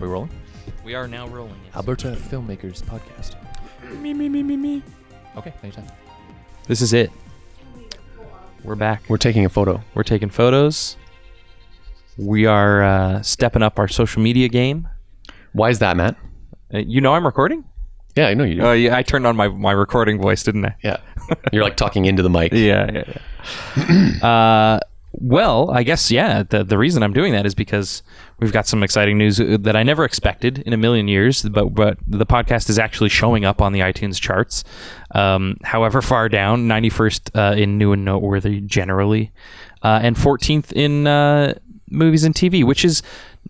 we rolling? We are now rolling. Yes. Alberta Filmmakers Podcast. Me, me, me, me, me. Okay, anytime. This is it. We're back. We're taking a photo. We're taking photos. We are uh, stepping up our social media game. Why is that, Matt? Uh, you know I'm recording? Yeah, I know you. Do. Oh, yeah. I turned on my, my recording voice, didn't I? yeah, you're like talking into the mic. Yeah, yeah, yeah. uh, well, I guess, yeah, the, the reason I'm doing that is because we've got some exciting news uh, that I never expected in a million years, but, but the podcast is actually showing up on the iTunes charts. Um, however far down, 91st uh, in new and noteworthy generally, uh, and 14th in uh, movies and TV, which is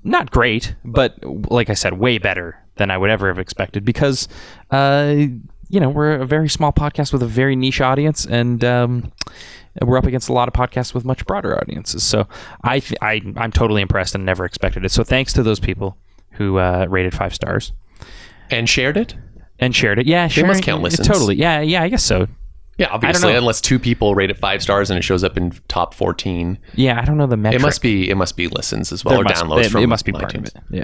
not great, but like I said, way better than I would ever have expected because, uh, you know, we're a very small podcast with a very niche audience, and um, we're up against a lot of podcasts with much broader audiences. So I, th- I I'm totally impressed and never expected it. So thanks to those people who uh, rated five stars And shared it? and shared it. Yeah, sure. must count listens. Totally. Yeah, yeah. I guess so. Yeah, obviously, know. unless two people rate it five stars and it shows up in top fourteen, Yeah, I don't know the it metric. must be it must be listens as well There or must- downloads it, from it must be iTunes. part of it. Yeah.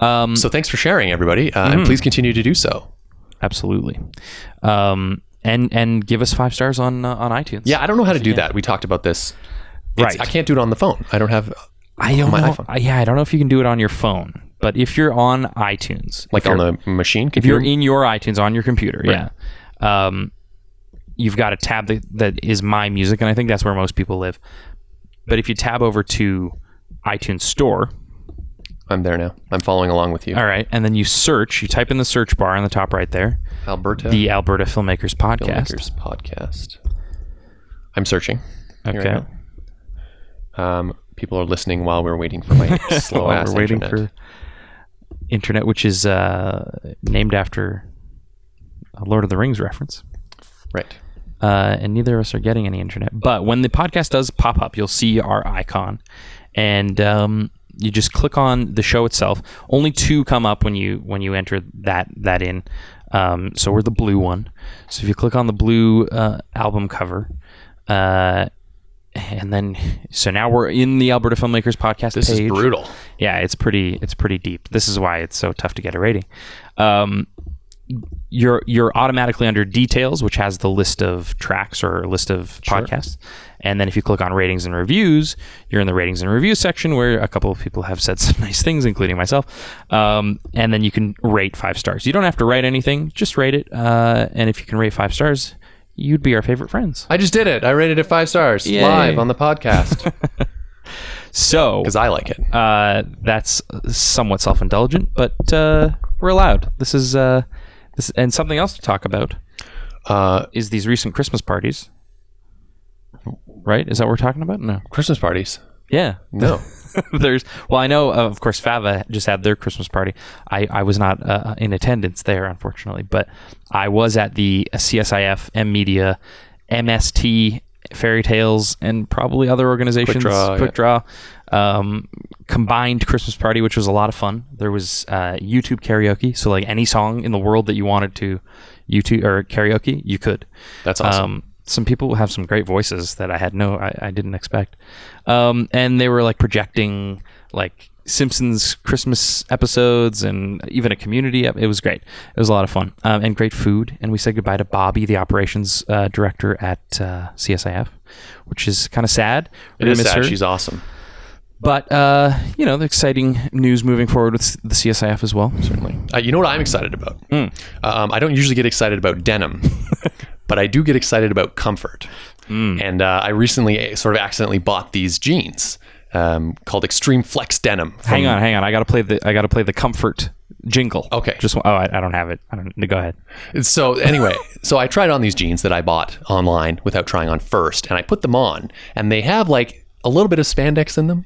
Um, So thanks for sharing, everybody, uh, and please continue to do so. absolutely. Um, and and give us five stars on uh, on iTunes. Yeah, I don't know how to do that. We talked about this. It's- Right. I can't do it on the phone. I don't have I don't my know. iPhone. I, yeah, I don't know if you can do it on your phone, but if you're on iTunes, like if on you're- the machine. if you're computer. in your iTunes on your computer, yeah, um, you've got a tab that, that is My Music, and I think that's where most people live. But if you tab over to iTunes Store, I'm there now. I'm following along with you, all right, and then you search, you type in the search bar in the top right there, Alberta the Alberta Filmmakers Podcast. Filmmakers Podcast. I'm searching. Here I Okay. go. Um, people are listening while we're waiting for my slow While ass we're waiting internet. for internet, which is uh, named after a Lord of the Rings reference. Right. uh, and neither of us are getting any internet. But when the podcast does pop up, you'll see our icon, and um, you just click on the show itself. Only two come up when you when you enter that that in. Um, so we're the blue one. So if you click on the blue uh, album cover. Uh, and then, so now we're in the Alberta Filmmakers podcast This page is brutal. yeah, it's pretty it's pretty deep. This is why it's so tough to get a rating. Um, you're you're automatically under details, which has the list of tracks or list of podcasts, and then if you click on ratings and reviews, you're in the ratings and reviews section where a couple of people have said some nice things, including myself. Um, and then you can rate five stars. You don't have to write anything; just rate it. Uh, and if you can rate five stars, you'd be our favorite friends. I just did it. I rated it five stars Yay. live on the podcast So because I like it. uh, that's somewhat self-indulgent, but uh, we're allowed. This is uh, this and something else to talk about Uh, is these recent Christmas parties. Right? Is that what we're talking about? No. Christmas parties? Yeah. No. There's well, I know uh, of course Fava just had their Christmas party. I I was not uh, in attendance there unfortunately, but I was at the CSIF M Media MST Fairy Tales and probably other organizations Draw, Quick Draw, um, combined Christmas party, which was a lot of fun. There was uh, YouTube karaoke, so like any song in the world that you wanted to YouTube or karaoke, you could. That's awesome. Um, some people have some great voices that I had no, I, I didn't expect. Um, and they were like projecting like Simpsons Christmas episodes and even a community. ep- It was great. It was a lot of fun um, and great food. And we said goodbye to Bobby, the operations uh, director at uh, CSIF, which is kind of sad. We're it is gonna miss sad. her. She's awesome. But uh, you know, the exciting news moving forward with the CSIF as well. Certainly. Uh, you know what I'm excited about? Hmm. Um, I don't usually get excited about denim, but I do get excited about comfort. Hmm. And uh, I recently uh, sort of accidentally bought these jeans um, called Extreme Flex Denim. from- Hang on, hang on. I gotta play the I gotta play the comfort jingle. Okay. Just oh, I, I don't have it. I don't. Go ahead. So anyway, so I tried on these jeans that I bought online without trying on first, and I put them on, and they have like a little bit of spandex in them,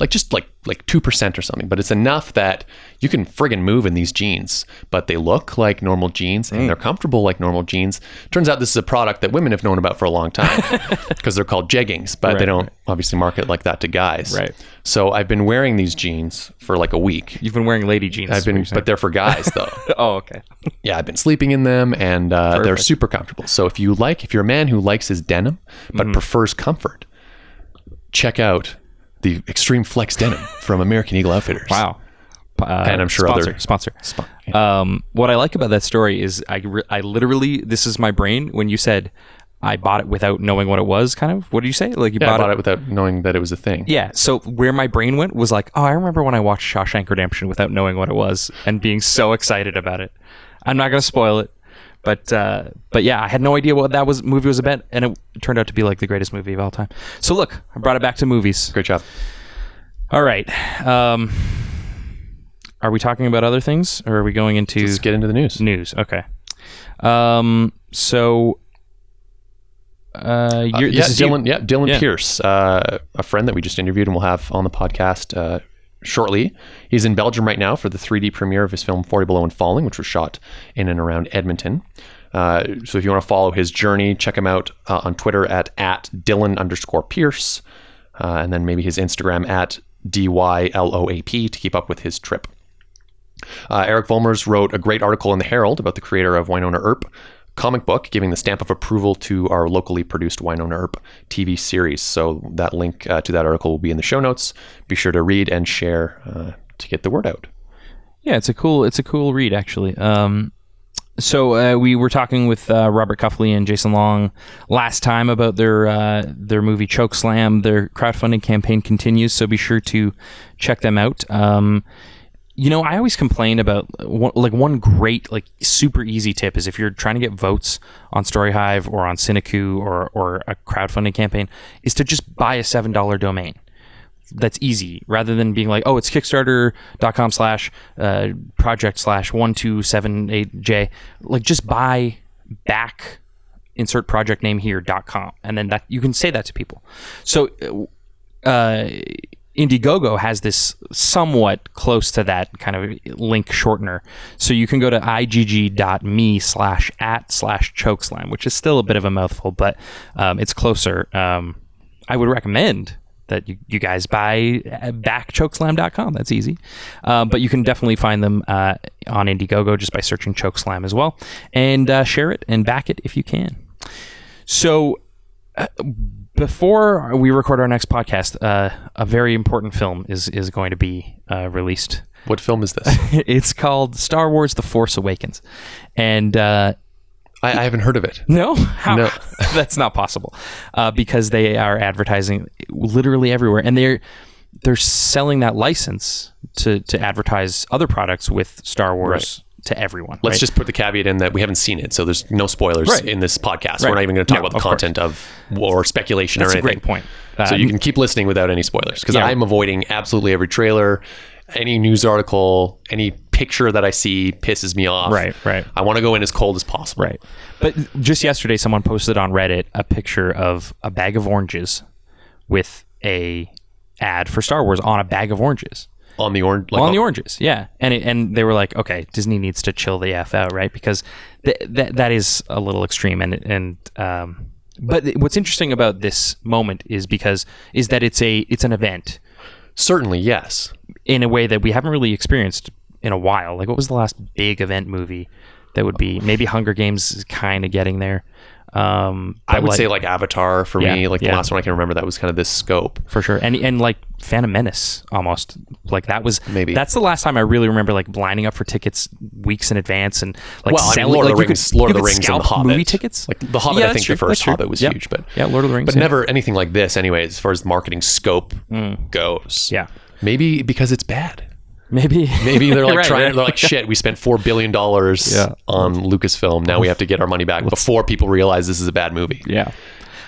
like just like like two percent or something, but it's enough that you can friggin' move in these jeans. But they look like normal jeans, and they're comfortable like normal jeans. Turns out this is a product that women have known about for a long time because they're called jeggings, but they don't obviously market like that to guys. Right. So I've been wearing these jeans for like a week. You've been wearing lady jeans. I've been, but they're for guys though. oh, okay. yeah, I've been sleeping in them and uh, they're super comfortable. So if you like, if you're a man who likes his denim but Mm-hmm. prefers comfort, check out the Extreme Flex Denim from American Eagle Outfitters. Wow. uh, And I'm sure sponsor, other- sponsor. Um, what I like about that story is I re- I literally this is my brain when you said I bought it without knowing what it was. Kind of what did you say? Like you Yeah, I bought, bought it. it without knowing that it was a thing. Yeah. So where my brain went was like, oh, I remember when I watched Shawshank Redemption without knowing what it was and being so excited about it. I'm not gonna spoil it, but uh, but yeah, I had no idea what that was movie was about, and it turned out to be like the greatest movie of all time. So look, I brought it back to movies. Great job. All right. Um, are we talking about other things, or are we going into Let's get into the news. news? Okay. Um. So. Uh, you're, yeah, this is you. Dylan. Yeah, Dylan Yeah. Pierce, uh, a friend that we just interviewed and we'll have on the podcast uh, shortly. He's in Belgium right now for the 3D premiere of his film 40 Below and Falling, which was shot in and around Edmonton. Uh, so if you want to follow his journey, check him out uh, on Twitter at at Dylan underscore Pierce, uh, and then maybe his Instagram at D Y L O A P to keep up with his trip. Uh, Eric Volmers wrote a great article in the Herald about the creator of Winona Earp comic book, giving the stamp of approval to our locally produced Winona Earp TV series. So that link uh, to that article will be in the show notes. Be sure to read and share uh, to get the word out. Yeah, it's a cool it's a cool read actually. Um, so uh, we were talking with uh, Robert Cuffley and Jason Long last time about their uh, their movie Choke Slam. Their crowdfunding campaign continues, so be sure to check them out. Um, you know, I always complain about one, like one great, like super easy tip is if you're trying to get votes on StoryHive or on Cineku or or a crowdfunding campaign, is to just buy a seven dollar domain that's easy rather than being like, oh, it's kickstarter.com slash uh, project slash 1278J. Like, just buy back insert project name here dot com and then that you can say that to people so uh, Indiegogo has this somewhat close to that kind of link shortener. So you can go to igg.me slash at slash chokeslam, which is still a bit of a mouthful, but um, it's closer. Um, I would recommend that you, you guys buy uh, backchokeslam.com. That's easy. Uh, but you can definitely find them uh, on Indiegogo just by searching chokeslam as well. And uh, share it and back it if you can. So before we record our next podcast, uh, a very important film is is going to be uh, released. What film is this? It's called Star Wars: The Force Awakens, and uh, I, I haven't heard of it. no, how? No. that's not possible uh, because they are advertising literally everywhere, and they're they're selling that license to to advertise other products with Star Wars to everyone. Let's right? just put the caveat in that we haven't seen it, so there's no spoilers Right. in this podcast. Right. We're not even going to talk No, about the of course. content of or speculation that's or a anything. great point. Uh, so you can keep listening without any spoilers because Yeah. I'm avoiding absolutely every trailer, any news article, any picture that I see pisses me off. Right, right. I want to go in as cold as possible. Right. But just yesterday, someone posted on Reddit a picture of a bag of oranges with a ad for Star Wars on a bag of oranges. On the orange. Like on the oranges, yeah, and it, and they were like, okay, Disney needs to chill the f out, right? Because th- that that is a little extreme, and and um, but th- what's interesting about this moment is because is that it's a it's an event uh, Certainly, yes. in a way that we haven't really experienced in a while. Like, what was the last big event movie that would be? Maybe Hunger Games is kind of getting there. Um, I but, would say like Avatar for Yeah, me, like the yeah. last one I can remember that was kind of this scope. for sure, and and like Phantom Menace almost like that was Maybe. that's the last time I really remember like lining up for tickets weeks in advance and like Well, I mean, selling Lord of like the you Rings- could, Lord you of the could Rings and scalp The Hobbit. movie tickets Like, The Hobbit, I that's think the true, first that's true. Hobbit was Yeah. huge, but- yeah, Lord of the Rings, But yeah. never anything like this anyway, as far as the marketing scope goes. Mm. Yeah. Maybe because it's bad. maybe Maybe they're like Right, trying right. they're like shit, we spent four billion dollars Yeah. on Lucasfilm. Now we have to get our money back before people realize this is a bad movie. yeah. Uh,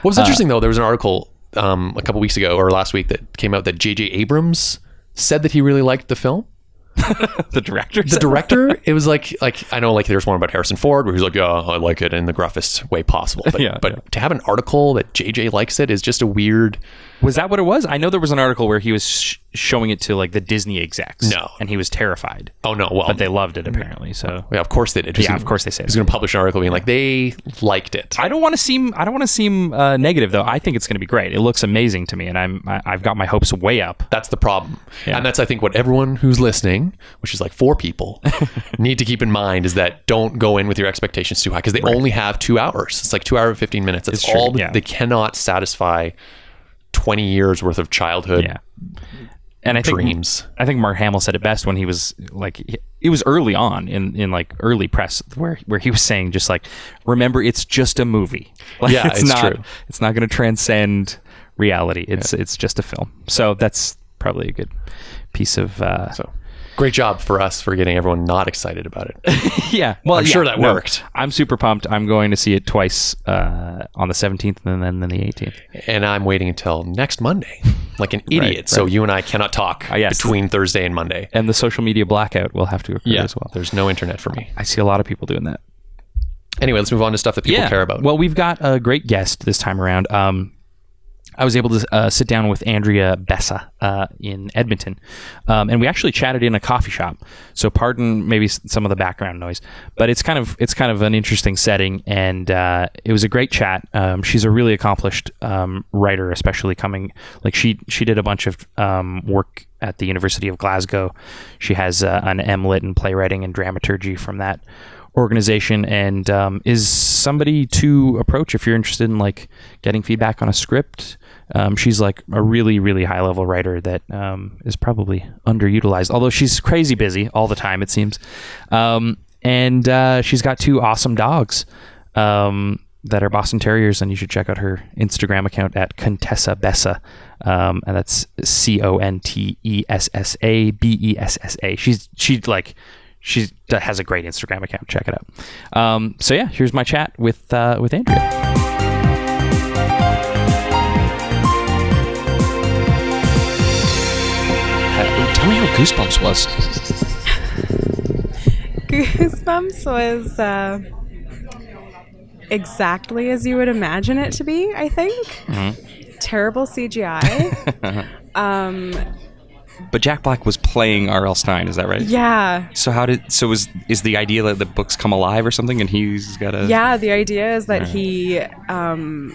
What was interesting though, there was an article um, a couple weeks ago or last week that came out that J.J. Abrams said that he really liked the film. The director, The director, it was like like I know like there's one about Harrison Ford where he's like, yeah, I like it in the gruffest way possible. But, Yeah, but yeah. to have an article that J.J. likes it is just a weird. Was that what it was? I know there was an article where he was sh- showing it to like the Disney execs. No. and he was terrified, Oh no, well, but they loved it apparently. So yeah, of course they did. yeah, of course they say. He's That. going to publish an article being like they liked it. I don't want to seem I don't want to seem uh, negative though. I think it's going to be great. It looks amazing to me, and I'm I, I've got my hopes way up. That's the problem. Yeah. And that's, I think, what everyone who's listening, which is like four people, need to keep in mind is that don't go in with your expectations too high because they only have two hours. It's like two hour and 15 minutes. That's It's true, all that yeah. they cannot satisfy 20 years worth of childhood Yeah. and I think Dreams. I think Mark Hamill said it best when he was like he- it was early on in in like early press where where he was saying just like remember it's just a movie. Like, Yeah, it's not true. it's not going to transcend reality. It's it's just a film. So that's probably a good piece of uh, So great job for us for getting everyone not excited about it. yeah. Well, I'm yeah, sure that no. worked. I'm super pumped. I'm going to see it twice uh, on the 17th and then, then the 18th. and I'm waiting until next Monday, like an idiot. So you and I cannot talk Uh, yes. between Thursday and Monday. And the social media blackout will have to occur as well. There's no internet for me. I see a lot of people doing that. Anyway, let's move on to stuff that people care about. Well, we've got a great guest this time around. Um, I was able to uh, sit down with Andrea Bessa uh, in Edmonton, um, and we actually chatted in a coffee shop. So, pardon maybe s- some of the background noise, but it's kind of it's kind of an interesting setting, and uh, it was a great chat. Um, she's a really accomplished um, writer, especially coming like she she did a bunch of um, work at the University of Glasgow. She has uh, an MLit in playwriting and dramaturgy from that organization and um, is somebody to approach if you're interested in like getting feedback on a script um, she's like a really really high level writer that um, is probably underutilized although she's crazy busy all the time it seems um, and uh, she's got two awesome dogs um, that are Boston Terriers, and you should check out her Instagram account at Contessa Bessa, um, and that's C O N T E S S A B E S S A. She's she like she has a great Instagram account. Check it out. Um, so yeah, here's my chat with uh, with Andrea. Uh, Tell me how Goosebumps was. Goosebumps was uh, exactly as you would imagine it to be, I think. Mm-hmm. Terrible CGI. um, But Jack Black was playing R.L. Stein, is that right? yeah. So how did so is is the idea that the books come alive or something, and he's got a Yeah, the idea is that he. Um,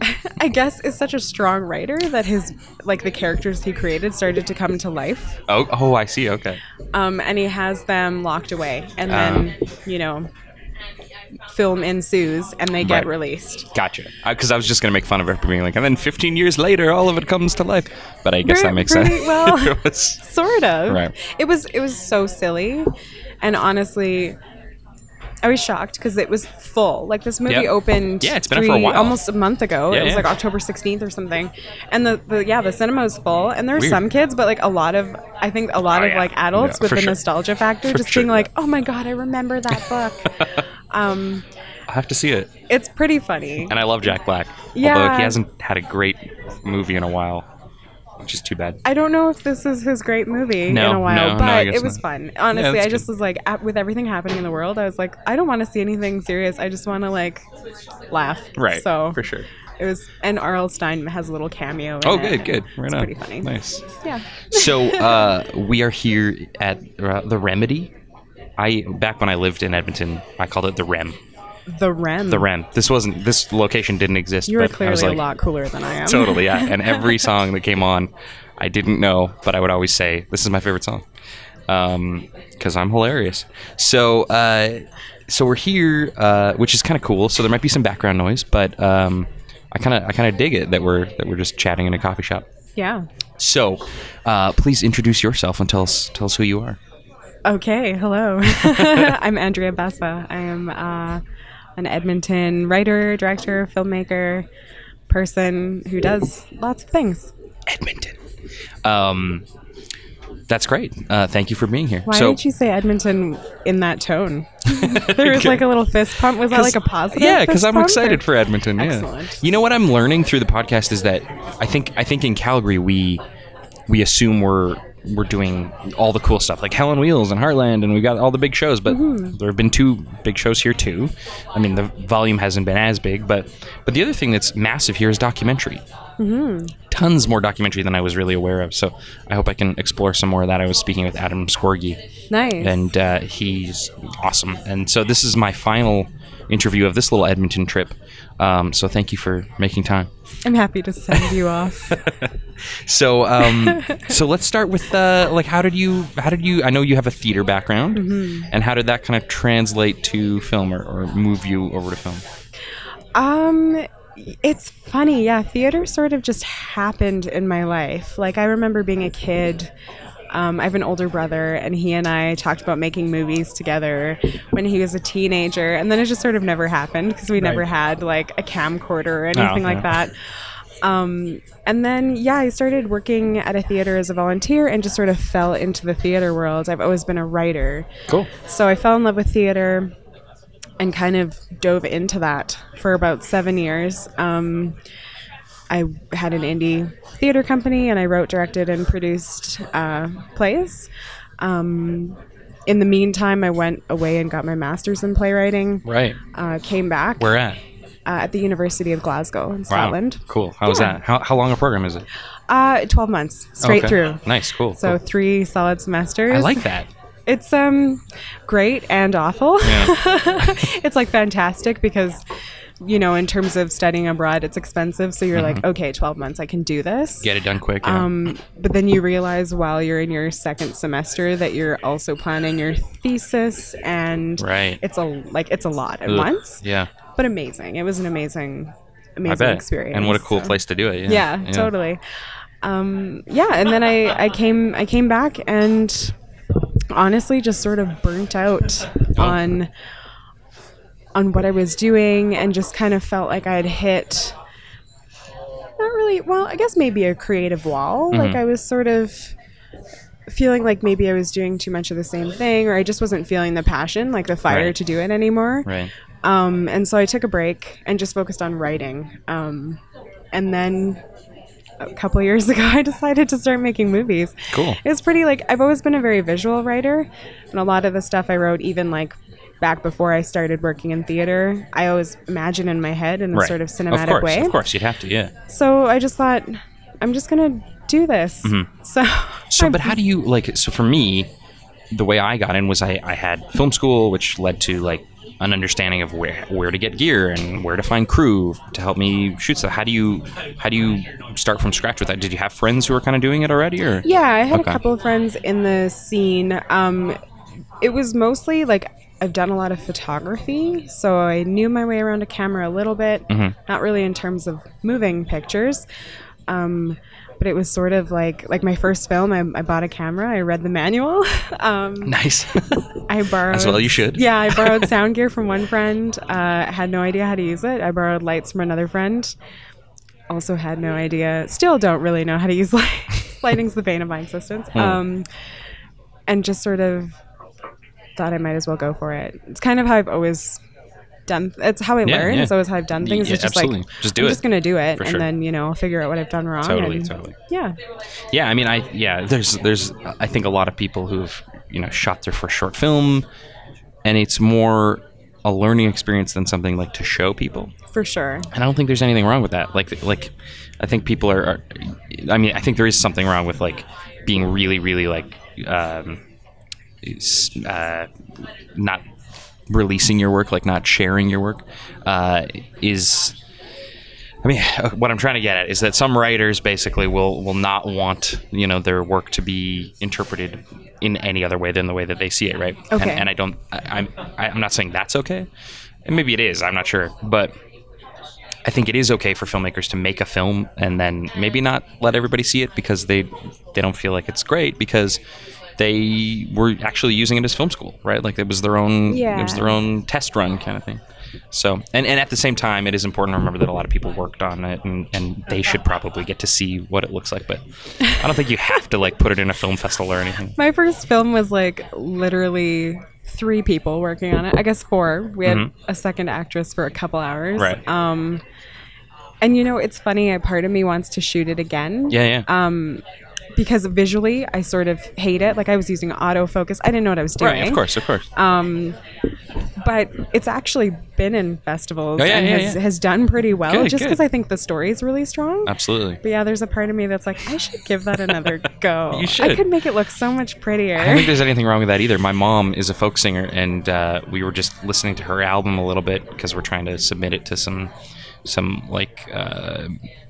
I guess is such a strong writer that his like the characters he created started to come to life, Oh, oh, I see. Okay, um, and he has them locked away, and Uh-huh. then you know, film ensues and they get Right. released. gotcha. Because I was just gonna make fun of it for being like, and then 15 years later, all of it comes to life. But I guess Pretty- that makes pretty sense. well. It was- sort of Right. it was it was so silly and honestly i was shocked because it was full like this movie Yep. opened Yeah, it's been up for a three- while. almost a month ago Yeah, it was yeah. like october 16th or something and the, the yeah the cinema was full and there were Weird. some kids but like a lot of i think a lot Oh, of yeah. like adults Yeah, with for the sure. nostalgia factor just sure, being like oh my god i remember that book um I have to see it, it's pretty funny and I love Jack Black. Although Yeah. he hasn't had a great movie in a while, which is too bad. I don't know if this is his great movie No, in a no, while, no, I but guess it was not. fun. Honestly, that's I just was like, at, with everything happening in the world, I was like, I don't want to see anything serious. I just want to like laugh. Right. So for sure. it was, and R.L. Stein has a little cameo. In Oh, it, good, and good. Right it's on. pretty funny. Nice. Yeah. so uh, we are here at uh, the remedy i back when i lived in edmonton i called it the rem The Rem. the rem this wasn't this location didn't exist You were but I was clearly like, a lot cooler than I am. totally yeah and every song that came on i didn't know but i would always say this is my favorite song because i'm hilarious so uh, so we're here uh, which is kind of cool so there might be some background noise but um, i kind of i kind of dig it that we're that we're just chatting in a coffee shop Yeah. so, uh, please introduce yourself and tell us tell us who you are. Okay, hello. I'm Andrea Bassa. I am uh, an Edmonton writer, director, filmmaker, person who does lots of things. Edmonton. Um, that's great. Uh, thank you for being here. Why so, did you say Edmonton in that tone? there was like a little fist pump. Was that like a positive? yeah, because fist I'm pump, excited or- for Edmonton. Yeah. Excellent. You know what I'm learning through the podcast is that I think I think in Calgary we we assume we're we're doing all the cool stuff like Hell on Wheels and Heartland and we've got all the big shows, but Mm-hmm. there have been two big shows here too. I mean, the volume hasn't been as big, but but the other thing that's massive here is documentary. Mm-hmm. tons more documentary than I was really aware of. So I hope I can explore some more of that. I was speaking with Adam Scorgi, Nice. and uh, he's awesome. And so this is my final interview of this little Edmonton trip. Um, so thank you for making time. I'm happy to send you off. So um, so let's start with uh, like how did you how did you I know you have a theater background Mm-hmm. and how did that kind of translate to film or, or move you over to film? um, It's funny, yeah. Theater sort of just happened in my life. Like I remember being a kid. Um, I have an older brother, and he and I talked about making movies together when he was a teenager, and then it just sort of never happened because we never had like a camcorder or anything like that. Um, and then, yeah, I started working at a theater as a volunteer and just sort of fell into the theater world. I've always been a writer. Cool. So I fell in love with theater and kind of dove into that for about seven years. Um, I had an indie theater company and I wrote, directed, and produced uh, plays. Um, in the meantime, I went away and got my master's in playwriting. Right. Uh, came back Where at? uh, at the University of Glasgow in Scotland. Cool. How was that? How, how long a program is it? Uh, Twelve months straight Okay. through. Nice. Cool. So cool. three solid semesters. I like that. It's um great and awful. Yeah. it's like fantastic because you know in terms of studying abroad it's expensive so you're like okay 12 months i can do this Get it done quick. Mm-hmm. Yeah. um, but then you realize while you're in your second semester that you're also planning your thesis and Right. it's a like it's a lot at Ugh. once yeah. but amazing it was an amazing amazing I bet. experience And what a cool so- place to do it. Yeah. yeah, totally um, yeah and then I, I came i came back and honestly just sort of burnt out Oh. on on what i was doing and just kind of felt like i had hit not really well i guess maybe a creative wall Mm-hmm. like i was sort of feeling like maybe i was doing too much of the same thing or i just wasn't feeling the passion like the fire Right. to do it anymore Right. um, and so I took a break and just focused on writing. Um, and then a couple years ago, I decided to start making movies. Cool. It was pretty like I've always been a very visual writer, and a lot of the stuff I wrote, even like back before I started working in theater, I always imagine in my head in a Right. sort of cinematic of course, way. Of course. You'd have to. Yeah. So I just thought, I'm just gonna do this. Mm-hmm. So, So, but how do you like? So for me, the way I got in was I, I had film school, which led to like an understanding of where where to get gear and where to find crew to help me shoot stuff. How do you how do you start from scratch with that? Did you have friends who were kind of doing it already, or Yeah, I had Okay. a couple of friends in the scene. Um, it was mostly like I've done a lot of photography, so I knew my way around a camera a little bit. Not really in terms of moving pictures. Um, but it was sort of like like my first film. I, I bought a camera. I read the manual. Um, nice? I borrowed As well you should. Yeah, I borrowed sound gear from one friend. Uh, had no idea how to use it. I borrowed lights from another friend. Also had no idea. Still don't really know how to use lights. Lighting's the bane of my existence. Hmm. Um, and just sort of thought I might as well go for it. It's kind of how I've always done. It's how I Yeah, learn. yeah. It's always how I've done things. Yeah, it's just absolutely. like Just do I'm it. just gonna do it, For and sure. then you know I'll figure out what I've done wrong. Totally, and- totally. Yeah. yeah, I mean, I yeah, there's there's I think a lot of people who've you know shot their first short film, and it's more a learning experience than something like to show people. For sure. and I don't think there's anything wrong with that. Like, like, I think people are, are. I mean, I think there is something wrong with like being really, really like, um, s- uh, not releasing your work, like not sharing your work, uh, is. I mean, what I'm trying to get at is that some writers basically will will not want you know their work to be interpreted in any other way than the way that they see it, right? Okay. And, and I don't. I, I'm I- I'm not saying that's okay. And maybe it is. I'm not sure, but. I think it is okay for filmmakers to make a film and then maybe not let everybody see it because they they don't feel like it's great because they were actually using it as film school, right? Like it was their own it was Yeah. their own test run kind of thing. So and, and at the same time it is important to remember that a lot of people worked on it and, and they should probably get to see what it looks like, but I don't think you have to like put it in a film festival or anything. My first film was like literally three people working on it. I guess four. We had a second actress for a couple hours. Mm-hmm. Right. Um, and you know, it's funny. A part of me wants to shoot it again Yeah, yeah. because visually, I sort of hate it. Like I was using autofocus. I didn't know what I was doing. right, of course, of course. But it's actually been in festivals Oh, yeah, and yeah, has, yeah. has done pretty well. Good, just good. because I think the story's really strong. Absolutely. But yeah, there's a part of me that's like, I should give that another go. You should. I could make it look so much prettier. I don't think there's anything wrong with that either. My mom is a folk singer, and uh, we were just listening to her album a little bit because we're trying to submit it to some some like uh,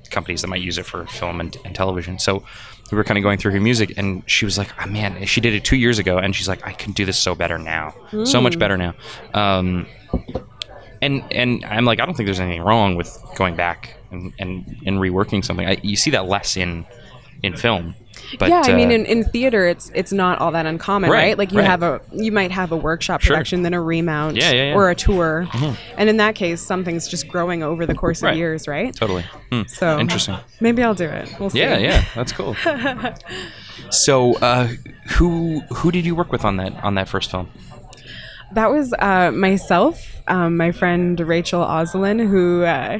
companies that might use it for film and, and television. So we were kind of going through her music, and she was like, oh, "Man, she did it two years ago," and she's like, "I can do this so better now, so much better now." Um, and and I'm like, I don't think there's anything wrong with going back and and, and reworking something. I, you see that less in in film. But, yeah, I mean, uh, in, in theater, it's it's not all that uncommon, Right, right? Like you right. have a you might have a workshop production, then a remount, Yeah, yeah, yeah. or a tour, and in that case, something's just growing over the course Right. of years, right? totally. Hmm. So Interesting. Maybe I'll do it. We'll see. Yeah, yeah, that's cool. so, uh, who who did you work with on that on that first film? That was uh, myself, um, my friend Rachel Oslin, who uh,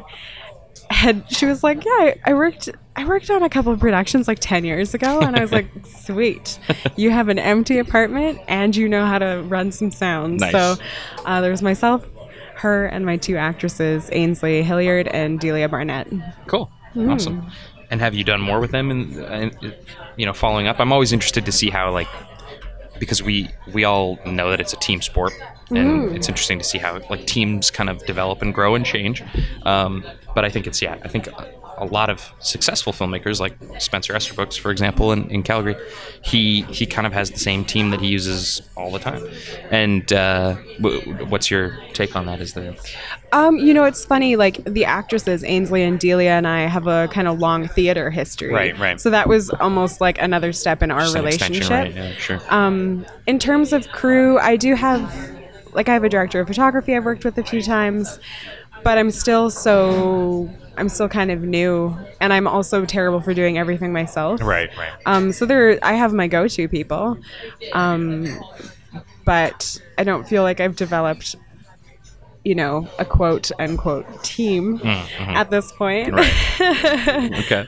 had she was like, yeah, I, I worked. I worked on a couple of productions like 10 years ago, and I was like, sweet. You have an empty apartment and you know how to run some sounds. Nice. So uh, there was myself, her, and my two actresses, Ainsley Hilliard and Delia Barnett. Cool, Hmm. awesome. And have you done more with them? And uh, you know, following up, I'm always interested to see how like because we we all know that it's a team sport, Hmm. and it's interesting to see how like teams kind of develop and grow and change. Um, but I think it's yeah, I think. A, a lot of successful filmmakers like Spencer Esterbrook, for example, in, in Calgary, he he kind of has the same team that he uses all the time. And uh, w- what's your take on that? Is the Um, you know, it's funny. Like the actresses Ainsley and Delia and I have a kind of long theater history. Right, right. So that was almost like another step in our just an extension, relationship. right? Yeah, sure. Um, in terms of crew, I do have, like, I have a director of photography I've worked with a few times, but I'm still so, I'm still kind of new, and I'm also terrible for doing everything myself. Right, right. Um, so there, I have my go-to people, um, but I don't feel like I've developed, you know, a quote unquote team at this point. Okay.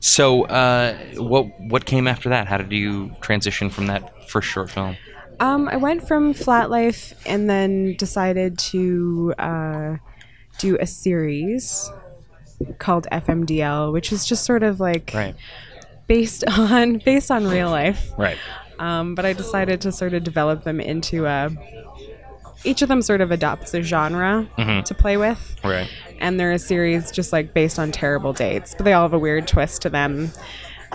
So, uh, what what came after that? How did you transition from that first short film? Um, I went from flat life and then decided to uh, do a series called FMDL, which is just sort of like based on based on real life. Right. Um, but I decided to sort of develop them into a. Each of them sort of adopts a genre to play with. Right. And they're a series just like based on terrible dates, but they all have a weird twist to them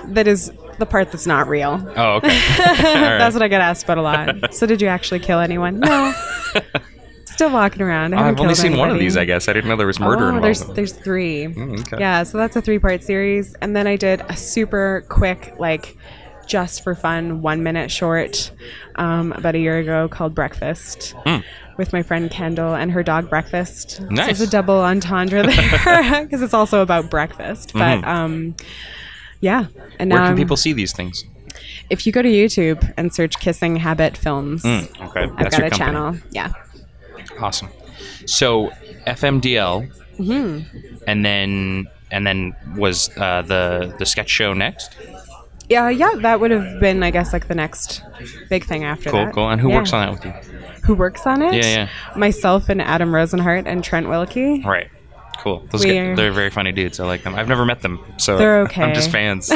that is the part that's not real. Oh, okay. That's what I get asked about a lot. so did you actually kill anyone? No. Still walking around. I haven't I've only killed seen one of anybody. these. I guess I didn't know there was murder oh, involved. Hmm, There's there's three. Yeah, so that's a three part series, and then I did a super quick like. Just for fun, one minute short um, about a year ago called Breakfast Hmm. with my friend Kendall and her dog Breakfast. So Nice. it's a double entendre there because it's also about breakfast. But um, yeah, and Mm-hmm. Where now can I'm- people see these things? if you go to YouTube and search Kissing Habit Films, Okay, I've got a channel. Yeah. Awesome. So FMDL, Mm-hmm. and then and then was uh, the the sketch show next? Yeah, yeah, that would have been, I guess, like the next big thing after Cool, that. cool. And who works on that with you? it? Who works on it? Yeah, yeah. Myself and Adam Rosenhart and Trent Wilkie. Right. Cool. Those We get, are- they're very funny dudes. I like them. I've never met them, so They're I'm okay. just fans.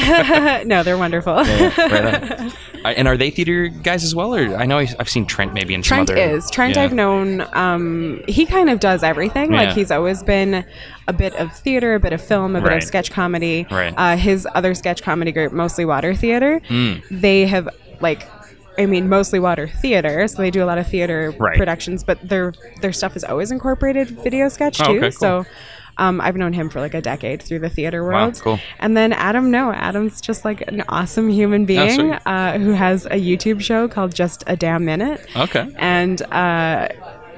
no, they're wonderful. right on. I, and are they theater guys as well? Or I know I, have seen Trent maybe in Trent some other. is. Trent, Yeah. I've known, um, he kind of does everything. Yeah. Like, he's always been a bit of theater, a bit of film, a bit Right. of sketch comedy. Right. Uh, his other sketch comedy group, Mostly Water Theater, Mm. they have, like, I mean, mostly water theater, so they do a lot of theater Right. productions, but their their stuff is always incorporated video sketch too. Oh, okay, cool. So um, I've known him for like a decade through the theater world. cool. And then Adam, no, Adam's just like an awesome human being Oh, sweet. uh, who has a YouTube show called Just a Damn Minute Okay. and uh,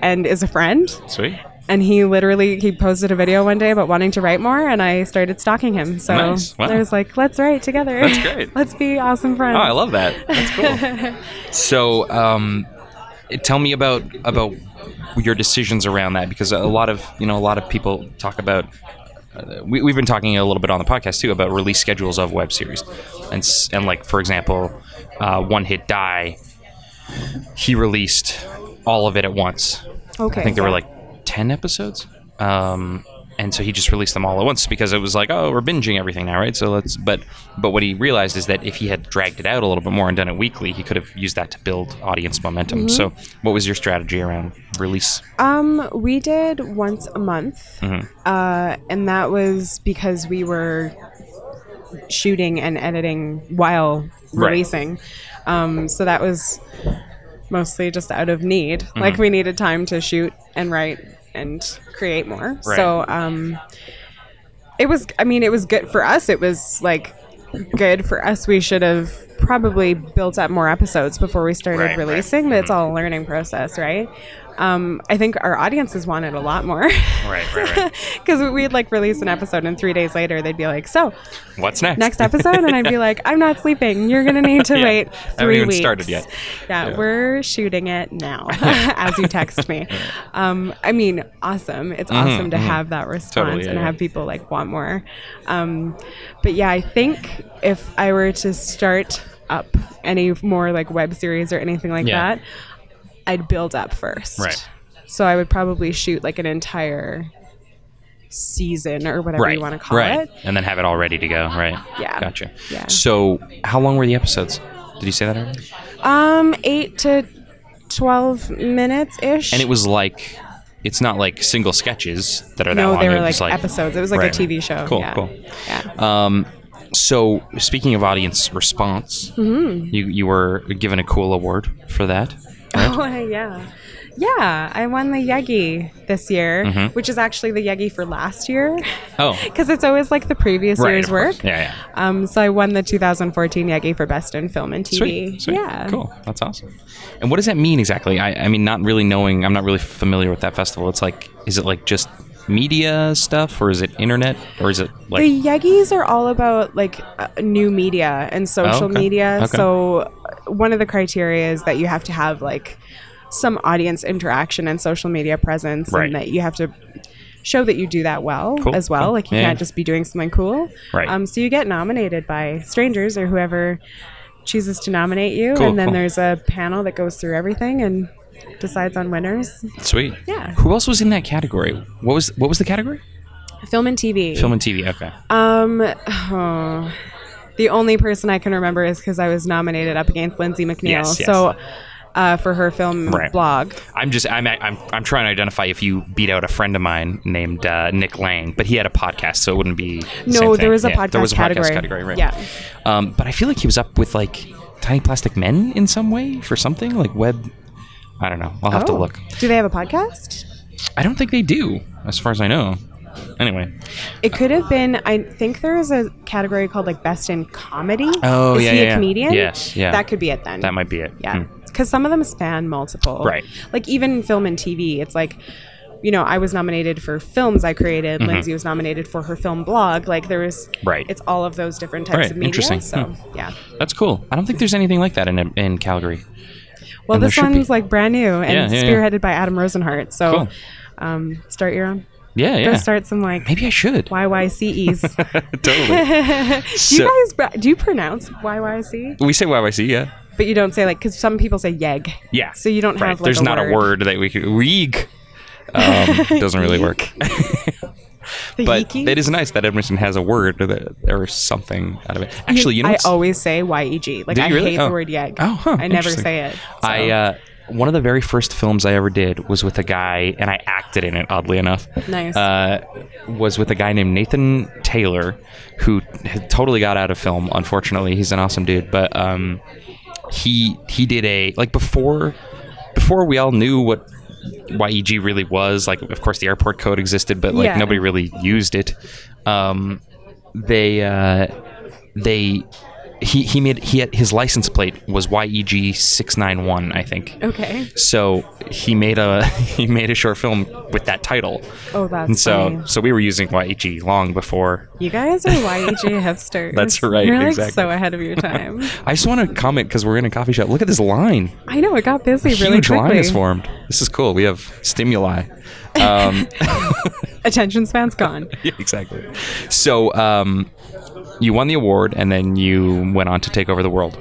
and is a friend. Sweet. And he literally he posted a video one day about wanting to write more, and I started stalking him. So Nice. Wow. I was like, "Let's write together. That's great. Let's be awesome friends." Oh, I love that. That's cool. so, um, it- tell me about about your decisions around that because a lot of you know a lot of people talk about. Uh, we, we've been talking a little bit on the podcast too about release schedules of web series, and s- and like for example, uh, One Hit Die. He released all of it at once. okay, I think there were yeah. like 10 episodes. Um, and so he just released them all at once because it was like, oh, we're binging everything now, right? So let's. But but what he realized is that if he had dragged it out a little bit more and done it weekly, he could have used that to build audience momentum. Mm-hmm. So what was your strategy around release? Um, we did once a month, Mm-hmm. uh, and that was because we were shooting and editing while Right. releasing. Um, so Mm-hmm. that was mostly just out of need. Like we needed time to shoot and write and create more. So um, it was. I mean, it was good for us. It was like good for us. We should have probably built up more episodes before we started Right, right. releasing. But it's all a learning process, right? Um, I think our audiences wanted a lot more Right, right, right. because we'd like release an episode and three days later they'd be like, "So, What's next? next episode and I'd be like, I'm not sleeping. You're gonna need to wait three even weeks. started yet. Yeah, we're shooting it now as you text me. Um, I mean, awesome. It's awesome to have that response Mm-hmm, yeah, and yeah. have people like want more. Um, but yeah, I think if I were to start up any more like web series or anything like Yeah. that, I'd build up first. Right. So I would probably shoot like an entire season or whatever you want to call right. it. And then have it all ready to go. Right. Yeah. Gotcha. Yeah. So, how long were the episodes? Did you say that already? Um, eight to twelve minutes ish. And it was like, it's not like single sketches that are that no, long. they were it like, was like episodes. It was like Right. a TV show. Cool, Yeah. cool. Yeah. Um, so speaking of audience response, Mm-hmm. you you were given a cool award for that. uh, Oh yeah, yeah. I won the Yegi this year, Mm-hmm. which is actually the Yegi for last year, Oh, because it's always like the previous Right, year's of course. work. Yeah, yeah. Um, so I won the 2014 Yegi for Best in Film and TV. Sweet, sweet. Yeah. Cool. That's awesome. And what does that mean exactly? I, I mean, not really knowing. I'm not really familiar with that festival. It's like, is it like just media stuff, or is it internet, or is it like? the Yegis are all about like uh, new media and social Oh, okay. media. Okay. So uh, one of the criteria is that you have to have like some audience interaction and social media presence, Right. and that you have to show that you do that well Cool, as well. cool. Like you Yeah. can't just be doing something cool. Right. Um, so you get nominated by strangers or whoever chooses to nominate you, Cool, and then cool. there's a panel that goes through everything and decides on winners. sweet. Yeah. Who else was in that category? What was what was the category? Film and TV. Film and TV. Okay. Um, oh, the only person I can remember is because I was nominated up against Lindsay McNeil. Yes, yes. So, uh, for her film Right. blog. I'm just I'm I'm I'm trying to identify if you beat out a friend of mine named uh, Nick Lang, but he had a podcast, so it wouldn't be. the No, same there thing. was a Yeah, there podcast was a category. podcast category, right? Yeah. Um, but I feel like he was up with like Tiny Plastic Men in some way for something like web. I don't know. I'll have to Oh. look. Do they have a podcast? I don't think they do, as far as I know. Anyway. It could have been. I think there is a category called like best in comedy. Oh, is yeah, he yeah, a yeah. comedian? Yes, yeah. That could be it then. That might be it. Yeah, Hmm. because some of them span multiple. Right. Like even in film and TV, it's like, you know, I was nominated for films I created. Lindsay was nominated for her film blog. Like there was. Mm-hmm. Right. It's all of those different types Right, of media. interesting. So Hmm. yeah. That's cool. I don't think there's anything like that in in Calgary. Well, And there this should be. one's like brand new and Yeah, yeah, yeah. spearheaded by Adam Rosenhart. So, Cool. um, start your own. Yeah, Go yeah. start some like Maybe I should. YYCEs. totally. do So- you guys do you pronounce YYC? We say YYC, yeah. But you don't say like because some people say yeg. Yeah. So you don't right. have like There's a not word. a word that we could weeg. Um, doesn't really work. The but yeeky? it is nice that Edmonton has a word or, that, or something out of it. Actually, you know, I what's- always say yeg. Like Do you I really? hate Oh. the word yeg. Oh, huh, I never interesting. say it. I uh, one of the very first films I ever did was with a guy, and I acted in it. Oddly enough, Nice. Uh, was with a guy named Nathan Taylor, who had totally got out of film. Unfortunately, he's an awesome dude, but um, he he did a like before before we all knew what YEG really was. Like, of course, the airport code existed, but like Yeah. nobody really used it. Um, they uh, they he he made he had, his license plate was YEG six nine one, I think. okay. So he made a he made a short film with that title. Oh, that's And so funny. so we were using YEG long before. You guys are yeg hipsters. That's right, You're like exactly. so ahead of your time. I just want to comment because we're in a coffee shop. Look at this line. I know it got busy really Huge quickly. line is formed. This is cool. We have stimuli. Um, Attention span's gone. yeah, exactly. So um, you won the award, and then you went on to take over the world.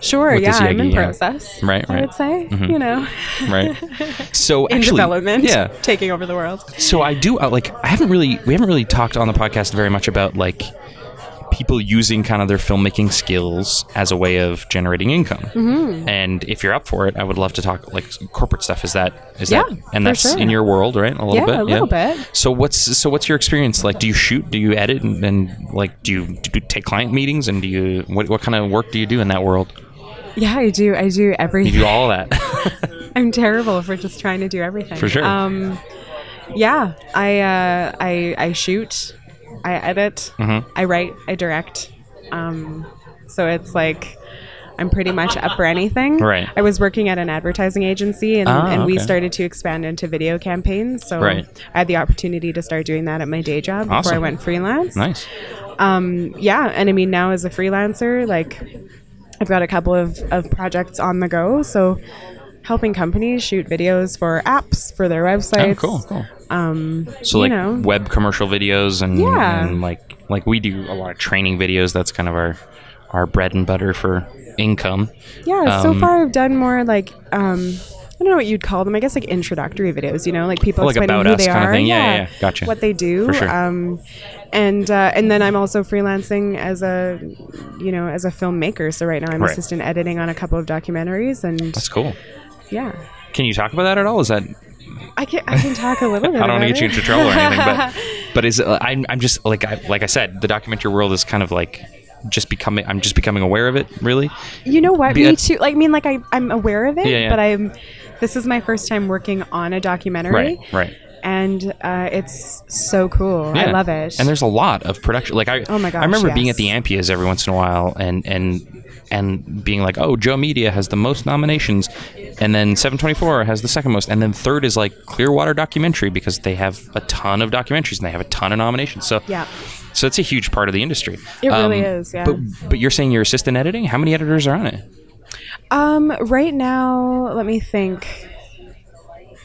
Sure, with yeah, this I'm Yagi, in yeah. process. Right, I right. would say, Mm-hmm. you know, right? So in actually, development, yeah. taking over the world. So I do uh, like I haven't really we haven't really talked on the podcast very much about like people using kind of their filmmaking skills as a way of generating income. Mm-hmm. And if you're up for it, I would love to talk like corporate stuff. Is that is Yeah, that and for that's sure. in your world, right? A little Yeah, bit, a little bit. So what's so what's your experience like? Do you shoot? Do you edit? And, and like do you, do you take client meetings? And do you what what kind of work do you do in that world? Yeah, I do. I do You everything. do all that. I'm terrible for just trying to do everything. For sure. Um, yeah, I uh, I I shoot, I edit, Mm-hmm. I write, I direct. Um, so it's like I'm pretty much up for anything. Right. I was working at an advertising agency, and, Ah, and we okay. started to expand into video campaigns. So Right. I had the opportunity to start doing that at my day job before I Awesome. went freelance nice. um, yeah, and I mean now as a freelancer, like I've got a couple of, of projects on the go, so helping companies shoot videos for apps for their websites. Oh, cool, cool. So um, You like know. web commercial videos and, Yeah. and like like we do a lot of training videos. That's kind of our our bread and butter for income. Yeah, so Um, far I've done more like um, I don't know what you'd call them. I guess like introductory videos, you know, like people Like explaining about who us they kinda are, thing. Yeah, yeah, yeah. Gotcha. what they do, For sure. um, and uh, and then I'm also freelancing as a you know as a filmmaker. So right now I'm Right. assistant editing on a couple of documentaries, and That's cool. yeah, Can you talk about that at all? Is that I can I can talk a little bit. I don't want about to get you it. into trouble or anything, but but is I'm I'm just like I like I said, the documentary world is kind of like just becoming. I'm just becoming aware of it. Really, You know what? Be- Me too. Like, I mean, like I, I'm aware of it, Yeah, yeah. but I'm. This is my first time working on a documentary, right. and uh, it's so cool. I Yeah. love it. And there's a lot of production. Like I, Oh my gosh, I remember being at the yes. Ampias every once in a while, and and and being like, oh, Joe Media has the most nominations, and then 724 has the second most, and then third is like Clearwater Documentary because they have a ton of documentaries and they have a ton of nominations. So Yeah. So it's a huge part of the industry. Um, It really is, yeah. But but you're saying you're assistant editing? How many editors are on it? um, right now, let me think.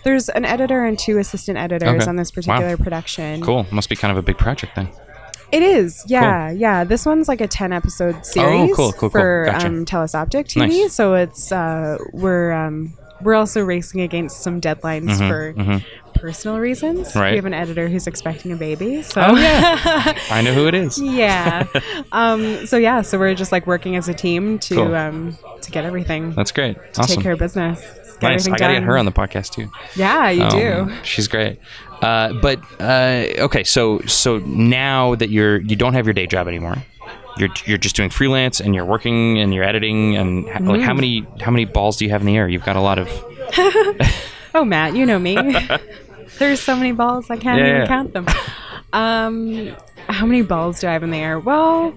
There's an editor and two assistant editors Okay. on this Wow. particular production. Cool. Must be kind of a big project then. It is, yeah, yeah. This one's like a ten episode series Oh, cool, cool, cool. for Gotcha. um, Telesoptic TV. Nice. So it's uh, we're um, we're also racing against some deadlines for personal reasons. Mm-hmm, Right. Oh. We have an editor who's expecting a baby, so I know who it is. yeah. um, so yeah, so we're just like working as a team to Cool. um, to get everything, That's great. take Awesome. care of business, Nice. get I everything gotta done. get her on the podcast too. Yeah, you Um, do. She's great. Uh, but uh, okay, so so now that you're you don't have your day job anymore, you're you're just doing freelance and you're working and you're editing and ha- like how Mm. many how many balls do you have in the air? You've got a lot of Oh, Matt, you know me. There's so many balls I can't Yeah, even yeah. count them. Um, how many balls do I have in the air? Well,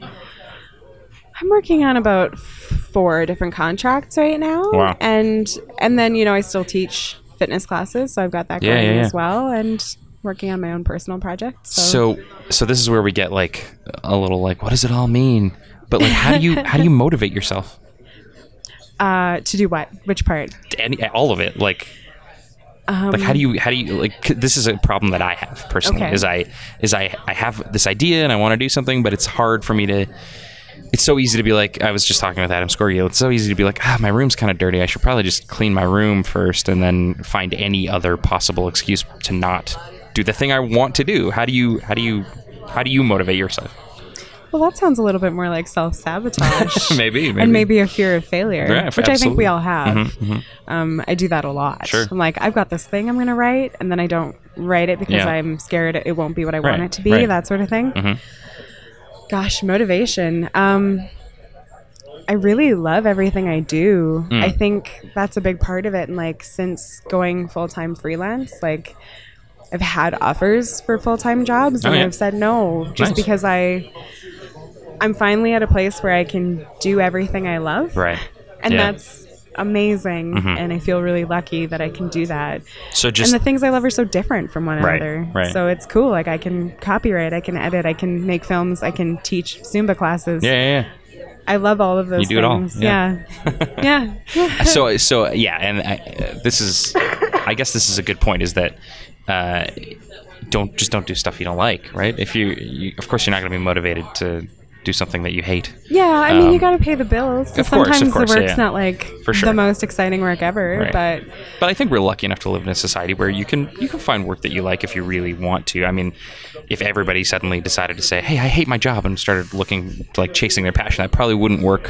I'm working on about four different contracts right now. Wow. And and then you know I still teach fitness classes, so I've got that Yeah, going yeah, yeah. as well, and working on my own personal projects. So, so so this is where we get like a little like what does it all mean? But like how do you how do you motivate yourself? uh, to do what? Which part? Any all of it like. like how do you how do you like c- this is a problem that I have personally Okay. is I is I I have this idea and I want to do something but it's hard for me to it's so easy to be like I was just talking with Adam Scorio it's so easy to be like ah my room's kind of dirty I should probably just clean my room first and then find any other possible excuse to not do the thing I want to do how do you how do you how do you motivate yourself Well, that sounds a little bit more like self sabotage. Maybe, maybe. And maybe a fear of failure, Yeah, which I think absolutely. Mm-hmm, we all have. Um, I do that a lot. Sure. I'm like, I've got this thing I'm going to write, and then I don't write it because Yeah. I'm scared it won't be what I want Right, it to be, right. Mm-hmm. that sort of thing. Gosh, motivation. Um, I really love everything I do. Mm. I think that's a big part of it. And like, since going full time freelance, like, I've had offers for full time jobs and Oh, yeah. I've said no just Nice. because I I'm finally at a place where I can do everything I love. right And Yeah. that's amazing and I feel really lucky that I can do that. so And just the things I love are so different from one Right, another. right. So it's cool. Like I can copyright, I can edit, I can make films, I can teach Zumba classes. yeah, yeah, yeah. I love all of those You do it all, things. yeah. Yeah. yeah. so so yeah and I, uh, this is i guess this is a good point is that uh, don't just don't do stuff you don't like right if you, you of course you're not going to be motivated to do something that you hate Yeah, I mean, you Um, got to pay the bills. So of course, of sometimes course, the yeah, work's yeah. not like For sure. the most exciting work ever, Right. but but i think we're lucky enough to live in a society where you can you can find work that you like if you really want to i mean if everybody suddenly decided to say hey i hate my job and started looking like chasing their passion that probably wouldn't work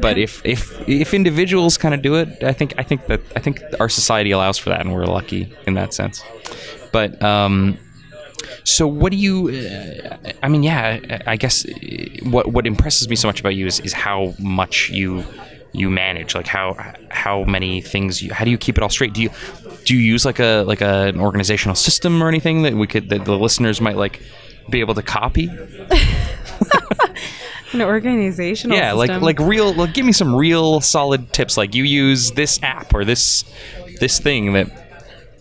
but if if if individuals kind of do it i think i think that i think our society allows for that and we're lucky in that sense but um so what do you uh, i mean yeah i I guess uh, what what impresses me so much about you is, is how much you you manage? Like how how many things? You, how do you keep it all straight? Do you do you use like a like a, an organizational system or anything that we could that the listeners might like be able to copy? An organizational yeah, system. like like real. Like, give me some real solid tips. Like you use this app or this this thing that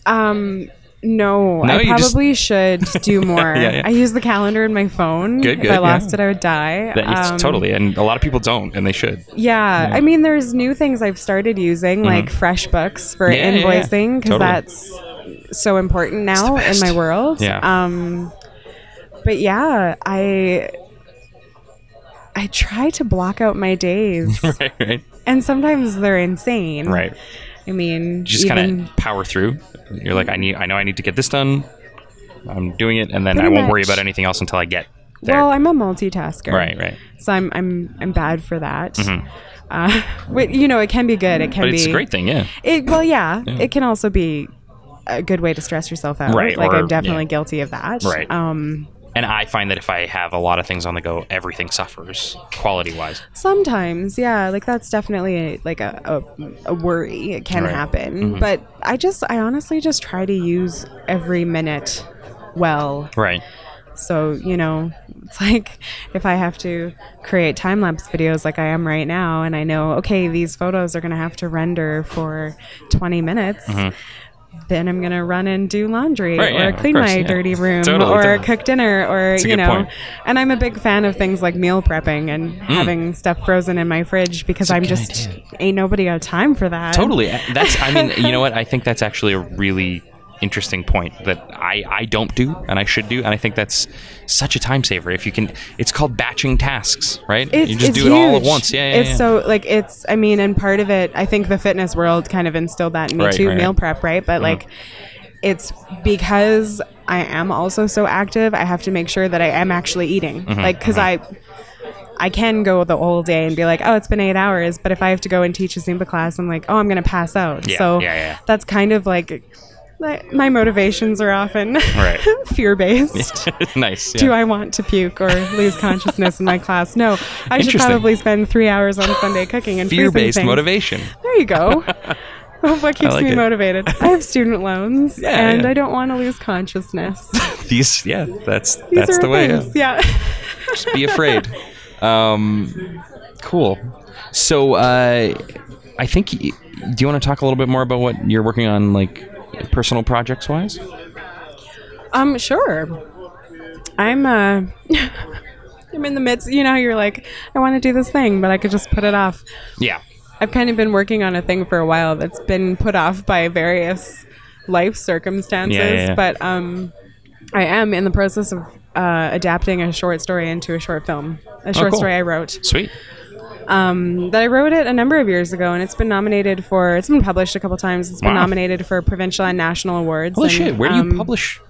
No, No, I you just- probably should do more. yeah, yeah. I use the calendar in my phone. Good, good, if I yeah. lost it, I would die. that you Um, totally and a lot of people don't and they should. Yeah, I mean, there's new things I've started using, like FreshBooks for Mm-hmm. Yeah, yeah, yeah. invoicing, because Totally. that's so important now in my world. Yeah. Um, but yeah, I I try to block out my days, right, right, and sometimes they're insane. right. I mean, You just kind even of power through. You're like, I need, I know, I need to get this done. I'm doing it, and then Pretty I won't worry much. about anything else until I get there. well, I'm a multitasker. right, right. So I'm I'm I'm bad for that. Uh, wait, you know, it can be good. It can But be it's a great thing, yeah. It, well, yeah, it can also be a good way to stress yourself out. Right, Like or- I'm definitely yeah. guilty of that. Right. Um, And I find that if I have a lot of things on the go, everything suffers quality wise. sometimes, yeah, like that's definitely a, like a, a, a worry. It can happen, Mm-hmm. but I just, I honestly just try to use every minute well. Right. So you know, it's like if I have to create time lapse videos like I am right now, and I know okay, these photos are gonna have to render for 20 minutes. Then I'm gonna run and do laundry Mm-hmm. Right, or yeah, of clean course, my yeah. dirty room Totally, or totally. cook dinner or a you good know. point. Mm. And I'm a big fan of things like meal prepping and having stuff frozen in my fridge because I'm just ain't nobody got time for that. Totally. Uh, That's. I mean, you know what? I think that's actually a really interesting point that I I don't do and I should do, and I think that's such a time saver. If you can, it's called batching tasks, right? It's, you just it's do it all at huge. once. Yeah, yeah. It's yeah. so like it's. I mean, and part of it, I think the fitness world kind of instilled that in me Right, too. right, Uh-huh. meal right. prep, right? But like, it's because I am also so active. I have to make sure that I am actually eating, Mm-hmm, like because I. I can go the whole day and be like, oh, it's been eight hours. But if I have to go and teach a Zumba class, I'm like, oh, I'm going to pass out. Yeah, so yeah, yeah. that's kind of like my, my motivations are often Right. fear based nice. do yeah. I want to puke or lose consciousness in my class? No, I should Interesting. probably spend three hours on Sunday cooking and freezing Fear-based things. motivation. There you go. Oh, what keeps like me it. motivated? I have student loans, Yeah, and yeah. I don't want to lose consciousness. These, yeah, that's These that's are the way. yeah. things. Yeah. just be afraid. Um, cool. So, uh, I think. y- Do you want to talk a little bit more about what you're working on, like personal projects wise? Um, sure. I'm uh I'm in the midst you know, how you're like, I wanna do this thing, but I could just put it off. Yeah. I've kind of been working on a thing for a while that's been put off by various life circumstances, Yeah, yeah, yeah. but um, I am in the process of uh, adapting a short story into a short film. A short Oh, cool. story I wrote Sweet. that I wrote it a number of years ago, and it's been nominated for. It's been published a couple times. It's been Wow. nominated for provincial and national awards. Holy and, shit! Where do um, you publish?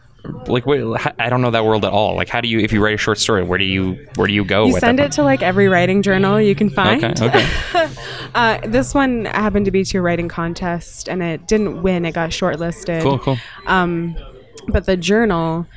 Like, wait, h- I don't know that world at all. Like, how do you, if you write a short story, where do you, where do you go? You with send that it to like every writing journal you can find. Okay. Okay. Uh, this one happened to be to a writing contest, and it didn't win. It got shortlisted. cool. Cool. but the journal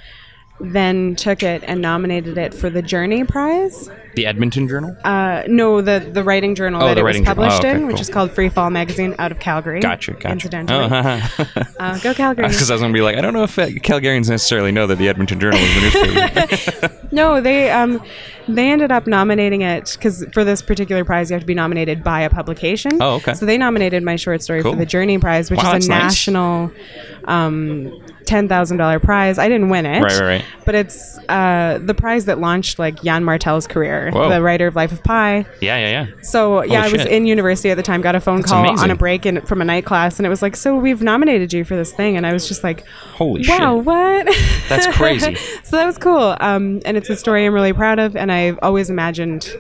then took it and nominated it for the Journey Prize. The Edmonton Journal. Uh, no, the the writing journal that the it writing was journal. Oh, published okay, in, which cool. is called Free Fall Magazine, out of Calgary. Gotcha. Gotcha. Incidentally, Oh, uh, go Calgary. because I was gonna be like, I don't know if uh, Calgarians necessarily know that the Edmonton Journal is the newspaper. No, they um, they ended up nominating it because for this particular prize you have to be nominated by a publication. Oh, okay. So they nominated my short story Cool. for the Journey Prize, which Wow, that's is a nice. national um, ten thousand dollar prize. I didn't win it, Right, right, right. But it's uh, the prize that launched like Jan Martel's career, Whoa. the writer of Life of Pi. yeah. Yeah. Yeah. So yeah, I was shit. in university at the time. Got a phone call amazing. on a break in, from a night class, and it was like, "So we've nominated you for this thing," and I was just like, Holy shit. "Wow, what?" That's crazy. so that was cool. Um, and it's a story I'm really proud of, and I've always imagined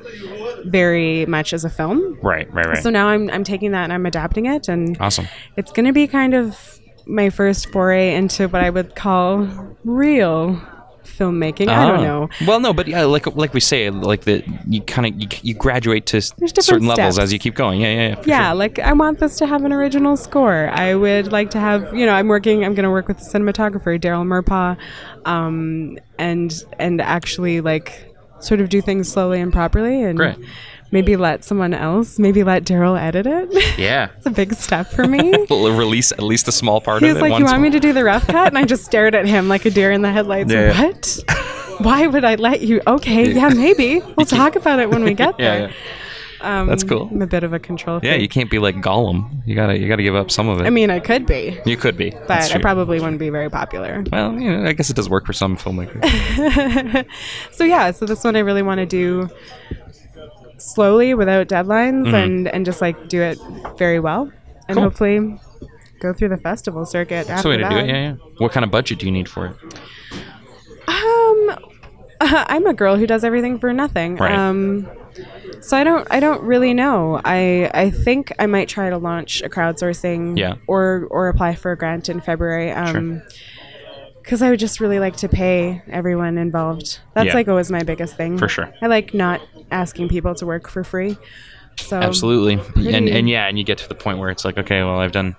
very much as a film. Right. Right. Right. So now I'm I'm taking that and I'm adapting it, and awesome. it's going to be kind of my first foray into what I would call real filmmaking. I don't Ah. know. Well, no, but yeah, like like we say, like the you kind of you, you graduate to s- There's different certain levels steps. as you keep going. Yeah, yeah, yeah. for Yeah, like I want this to have an original score. I would like to have, you know, I'm working. I'm going to work with the cinematographer Daryl Murpaugh, um, and and actually like sort of do things slowly and properly and Great. Maybe let someone else, maybe let Daryl edit it. Yeah. it's a big step for me. L- Release at least a small part He of was it. like, one "You want small- me to do the rough cut?" And I just stared at him like a deer in the headlights. Yeah, yeah. What? Why would I let you? Okay, yeah, maybe we'll talk about it when we get Yeah, there. yeah. Um, That's cool. I'm a bit of a control. Yeah, freak. you can't be like Gollum. You gotta you gotta give up some of it. I mean, I could be, you could be, That's but I true. probably wouldn't be very popular. Well, you know, I guess it does work for some filmmakers. So yeah, so this one I really want to do slowly without deadlines and and just like do it very well and Mm-hmm. Cool. hopefully go through the festival circuit That's the after way to that. do it. Yeah, yeah. What kind of budget do you need for it? Um, I'm a girl who does everything for nothing. Right. Um, so I don't, I don't really know. I, I think I might try to launch a crowdsourcing, Yeah. or or apply for a grant in February. Um, Because I would just really like to pay everyone involved. That's Yeah. like always my biggest thing. For sure. I like not asking people to work for free. So Absolutely. And Um, pretty- and yeah, and you get to the point where it's like, okay, well, I've done,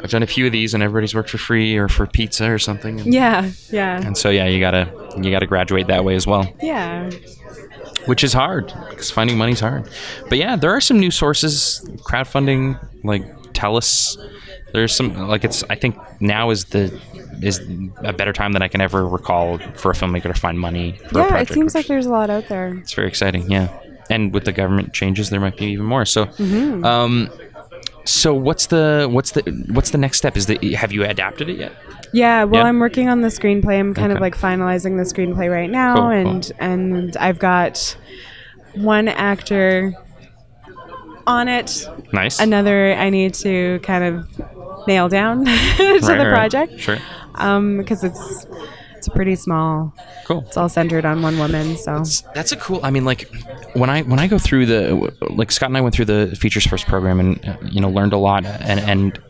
I've done a few of these, and everybody's worked for free or for pizza or something. And, Yeah, yeah, And so yeah, you gotta you gotta graduate that way as well. yeah. which is hard because finding money's hard. But yeah, there are some new sources, crowdfunding, like Telus. There's some like it's. I think now is the is a better time than I can ever recall for a filmmaker to find money for a Yeah, it project. which seems like there's a lot out there. it's very exciting. Yeah, and with the government changes, there might be even more. So, Mm-hmm. um, so what's the what's the what's the next step? Is the have you adapted it yet? Yeah, well, Yeah. I'm working on the screenplay. I'm kind of Okay. like finalizing the screenplay right now, Cool, cool. and and I've got one actor on it. Nice. Another I need to kind of nail down to Right, the right, right. project Sure. um, because it's it's pretty small. Cool. It's all centered on one woman, so That's a cool. I mean, like when I when I go through the like Scott and I went through the features first program and uh, you know learned a lot and and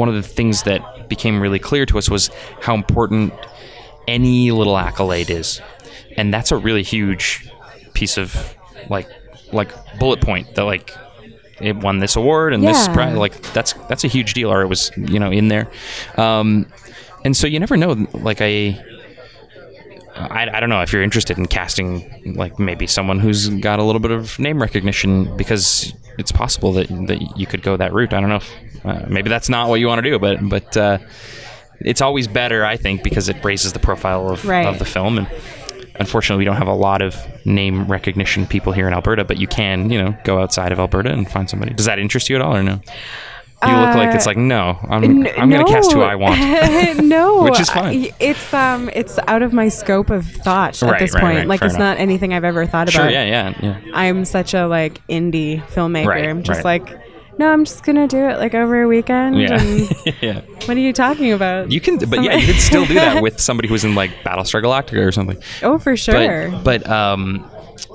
one of the things that became really clear to us was how important any little accolade is, and that's a really huge piece of like like bullet point that like it won this award and this Yeah. pri- like that's that's a huge deal or it was you know in there, um, and so you never know like I. I, I don't know if you're interested in casting like maybe someone who's got a little bit of name recognition because it's possible that, that you could go that route. I don't know if uh, maybe that's not what you want to do, but but uh, it's always better I think because it raises the profile of, Right. of the film. And unfortunately, we don't have a lot of name recognition people here in Alberta, but you can you know go outside of Alberta and find somebody. Does that interest you at all or no? You look like it's like no. I'm Uh, N- I'm gonna cast who no. I want. no, Which is fine. I- it's um, it's out of my scope of thought at Right, this right, point. right. Like Fair it's enough. not anything I've ever thought Sure. about. Yeah. Yeah. Yeah. I'm such a like indie filmmaker. Right, I'm just right. like, no, I'm just gonna do it like over a weekend. And Yeah. yeah. what are you talking about? You can, but Some- yeah, you could still do that with somebody who's in like Battlestar Galactica or something. oh, for sure. But, but um,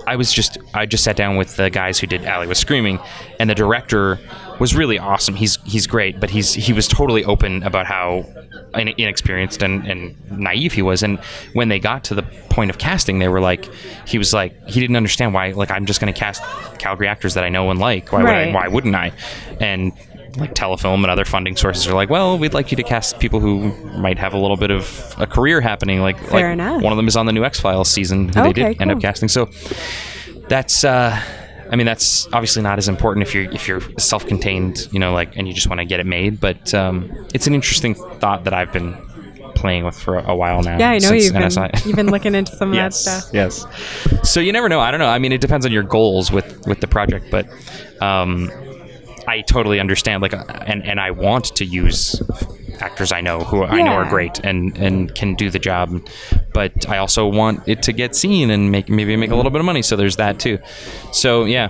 I was just, I just sat down with the guys who did Alley was Screaming, and the director was really awesome. He's he's great, but he's he was totally open about how in, inexperienced and, and naive he was. And when they got to the point of casting, they were like, he was like, he didn't understand why. Like, I'm just going to cast Calgary actors that I know and like. Why would I? Right. Why wouldn't I? And like telefilm and other funding sources are like, well, we'd like you to cast people who might have a little bit of a career happening. Like, Fair like enough. one of them is on the new X Files season. Who they Okay, did end up cool. casting. So that's, uh, I mean, that's obviously not as important if you're if you're self-contained, you know, like, and you just want to get it made. But um, it's an interesting thought that I've been playing with for a while now. yeah, I know since you've been, NSI. you've been looking into some of that stuff. Yes. So you never know. I don't know. I mean, it depends on your goals with with the project, but um, I totally understand. Like, uh, and and I want to use actors I know who I know are Yeah. great and and can do the job, but I also want it to get seen and make maybe make a little bit of money. So there's that too. So yeah,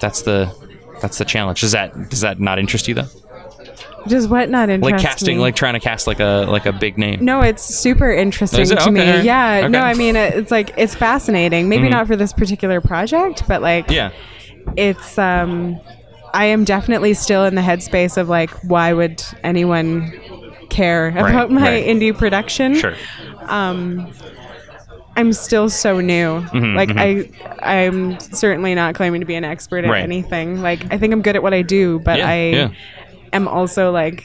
that's the. That's the challenge. Does that does that not interest you though? Does what not interest Like casting, me? like trying to cast like a like a big name. No, it's super interesting Is it? to me. Okay. Yeah, Okay. Mm-hmm. no, I mean it- it's like it's fascinating. Maybe not for this particular project, but like Yeah. it's um I am definitely still in the headspace of like why would anyone care about my right. indie production? Sure. I'm still so new. Mm-hmm, like I I'm certainly not claiming to be an expert at Right. anything. Like I think I'm good at what I do, but Yeah, I yeah. am also like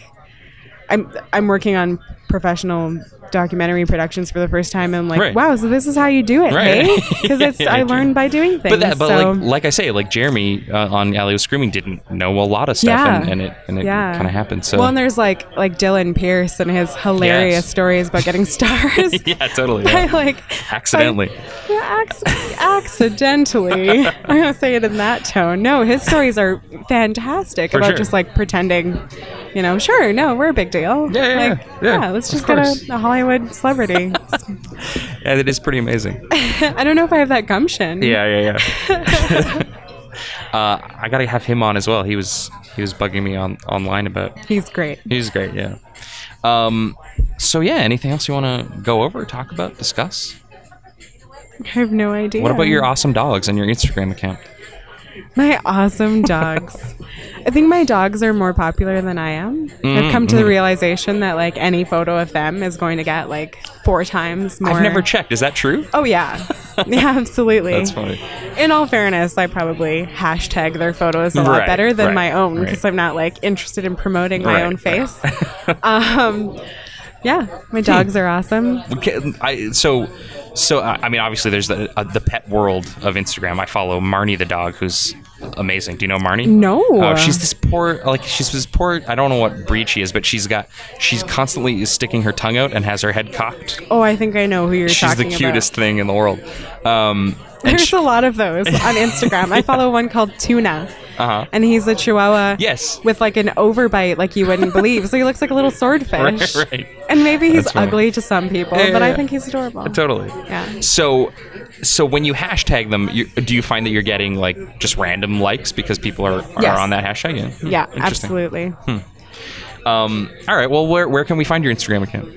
I'm I'm working on professional documentary productions for the first time. And I'm like, Right. wow, so this is how you do it, Right. right? Because it's I learned by doing things. But that, but so like, like I say, like Jeremy uh, on Alley was screaming didn't know a lot of stuff, Yeah. and, and it and it Yeah. kind of happened. So well, and there's like like Dylan Pierce and his hilarious Yes. stories about getting stars. yeah, totally. I yeah. like Accidentally. I- yeah, acc- accidentally. I'm gonna say it in that tone. No, his stories are fantastic about sure. just like pretending. You know, sure, no, we're a big deal. Yeah, yeah, like, yeah, yeah, let's of just get course. a, a Hollywood celebrity. yeah, it is pretty amazing. I don't know if I have that gumption. yeah, yeah. uh, I gotta have him on as well. He was he was bugging me on online about. he's great. He's great. Yeah. Um. So yeah, anything else you want to go over, talk about, discuss? I have no idea. What about your awesome dogs and your Instagram account? My awesome dogs. I think my dogs are more popular than I am. I've come to Mm-hmm. the realization that like any photo of them is going to get like four times more. I've never checked. Is that true? Oh yeah, yeah, absolutely. That's funny. In all fairness, I probably hashtag their photos a lot Right, better than right, my own because right. I'm not like interested in promoting my Right, own right. face. um, yeah, my dogs are awesome. Okay, I, so, so uh, I mean, obviously, there's the uh, the pet world of Instagram. I follow Marnie the dog, who's amazing. Do you know Marnie? No. Oh, she's this poor, like she's this poor. I don't know what breed she is, but she's got she's constantly is sticking her tongue out and has her head cocked. Oh, I think I know who you're She's the talking cutest about. thing in the world. Um, and There's she- a lot of those on Instagram. I follow one called Tuna. Uh-huh. And he's a chihuahua. Yes. With like an overbite like you wouldn't believe. So he looks like a little swordfish. Right, right. And maybe he's That's funny. ugly to some people, Yeah, but yeah, I yeah. think he's adorable. totally. Yeah. So, so when you hashtag them, you, do you find that you're getting like just random likes because people are, are Yes. on that hashtag? Yeah, Hmm, Yeah, interesting. Hmm. absolutely. Um, all right. Well, where where can we find your Instagram account?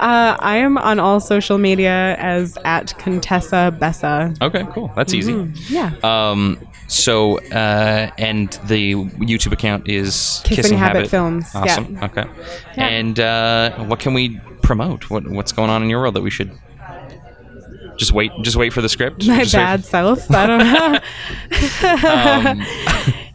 Uh, I am on all social media as at Contessa Bessa. Okay, cool. That's easy. Yeah. Um, so uh, and the YouTube account is Kissing Habit Films, yeah. Awesome. Okay. Yeah. And uh, what can we promote? What what's going on in your world that we should just wait? Just wait for the script. My Just wait- bad self. I don't know.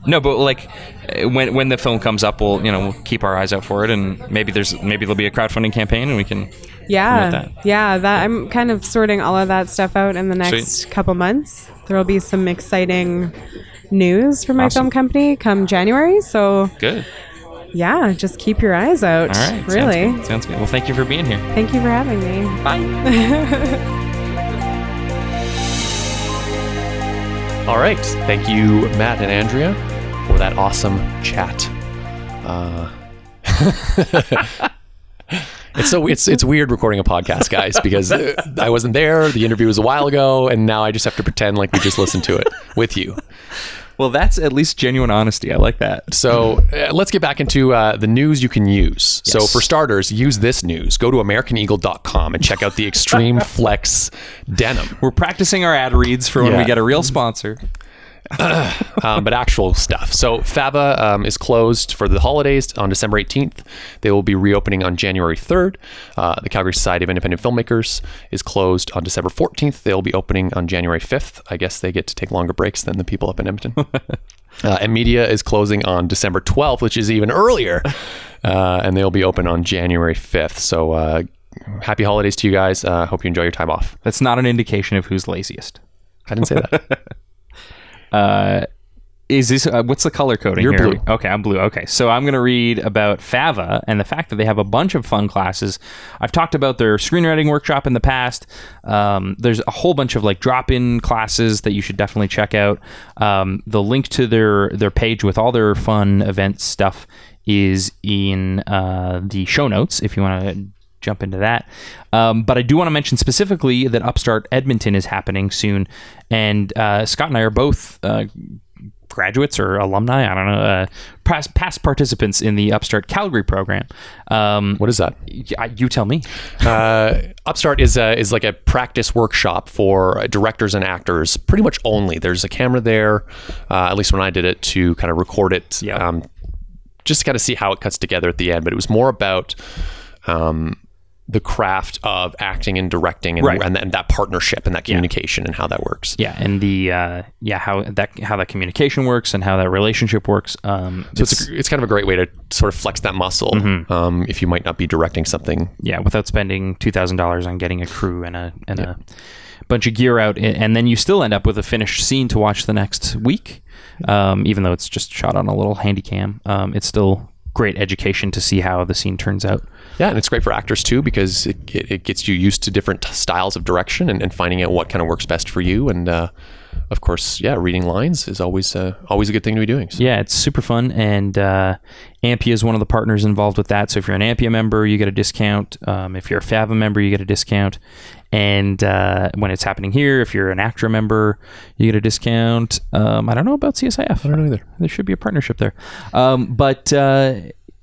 No, but like uh, when when the film comes up, we'll you know we'll keep our eyes out for it, and maybe there's maybe there'll be a crowdfunding campaign, and we can. Yeah, that. yeah. That I'm kind of sorting all of that stuff out in the next couple months. There will be some exciting news for my Awesome. film company come January. So Good. yeah, just keep your eyes All right. out. sounds really. good, sounds good. Well, thank you for being here. Thank you for having me. All right. Thank you, Matt and Andrea, for that awesome chat. Uh, it's so it's it's weird recording a podcast, guys, because uh, I wasn't there. The interview was a while ago, and now I just have to pretend like we just listened to it with you. Well, that's at least genuine honesty. I like that. So uh, let's get back into uh, the news you can use. So for starters, use this news. Go to AmericanEagle.com and check out the Extreme Flex denim, We're practicing our ad reads for when Yeah. we get a real sponsor. um, but actual stuff. So Fava um, is closed for the holidays on December 18th. They will be reopening on January 3rd. Uh, the Calgary Society of Independent Filmmakers is closed on December 14th. They'll be opening on January 5th. I guess they get to take longer breaks than the people up in Edmonton. Uh, and media is closing on December 12th, which is even earlier. Uh, and they'll be open on January 5th. So uh, happy holidays to you guys. Uh, hope you enjoy your time off. That's not an indication of who's laziest. I didn't say that. Is this uh, what's the color coding? You're here? blue. Okay, I'm blue. Okay, so I'm going to read about Fava and the fact that they have a bunch of fun classes. I've talked about their screenwriting workshop in the past. Um, there's a whole bunch of like drop-in classes that you should definitely check out. Um, the link to their their page with all their fun event stuff is in uh, the show notes if you want to jump into that. Um, but I do want to mention specifically that Upstart Edmonton is happening soon, and uh, Scott and I are both. Uh, graduates or alumni, I don't know, uh, past, past participants in the Upstart Calgary program. Um, what is that? y- I- you tell me. Uh, Upstart is a, is like a practice workshop for uh, directors and actors, pretty much only. There's a camera there, uh, at least when I did it, to kind of record it, Yeah. um, just to kind of see how it cuts together at the end. But it was more about um, the craft of acting and directing and Right. and, and that partnership and that communication and how that works. yeah, and the uh, yeah how that how that communication works and how that relationship works. Um, So it's, a, it's kind of a great way to sort of flex that muscle Mm-hmm. um, if you might not be directing something. yeah, without spending two thousand dollars on getting a crew and a and a bunch of gear out, a- and then you still end up with a finished scene to watch the next week. Um, even though it's just shot on a little handy cam, um, it's still great education to see how the scene turns out. Yeah, and it's great for actors too because it, it, it gets you used to different styles of direction and, and finding out what kind of works best for you. And uh, of course, yeah, reading lines is always uh, always a good thing to be doing. So Yeah, it's super fun, and uh, Ampia is one of the partners involved with that. So if you're an Ampia member, you get a discount. Um, if you're a Fava member, you get a discount. And uh, when it's happening here, if you're an Actra member, you get a discount. Um, I don't know about CSIF. I don't know either. There should be a partnership there, um, but uh,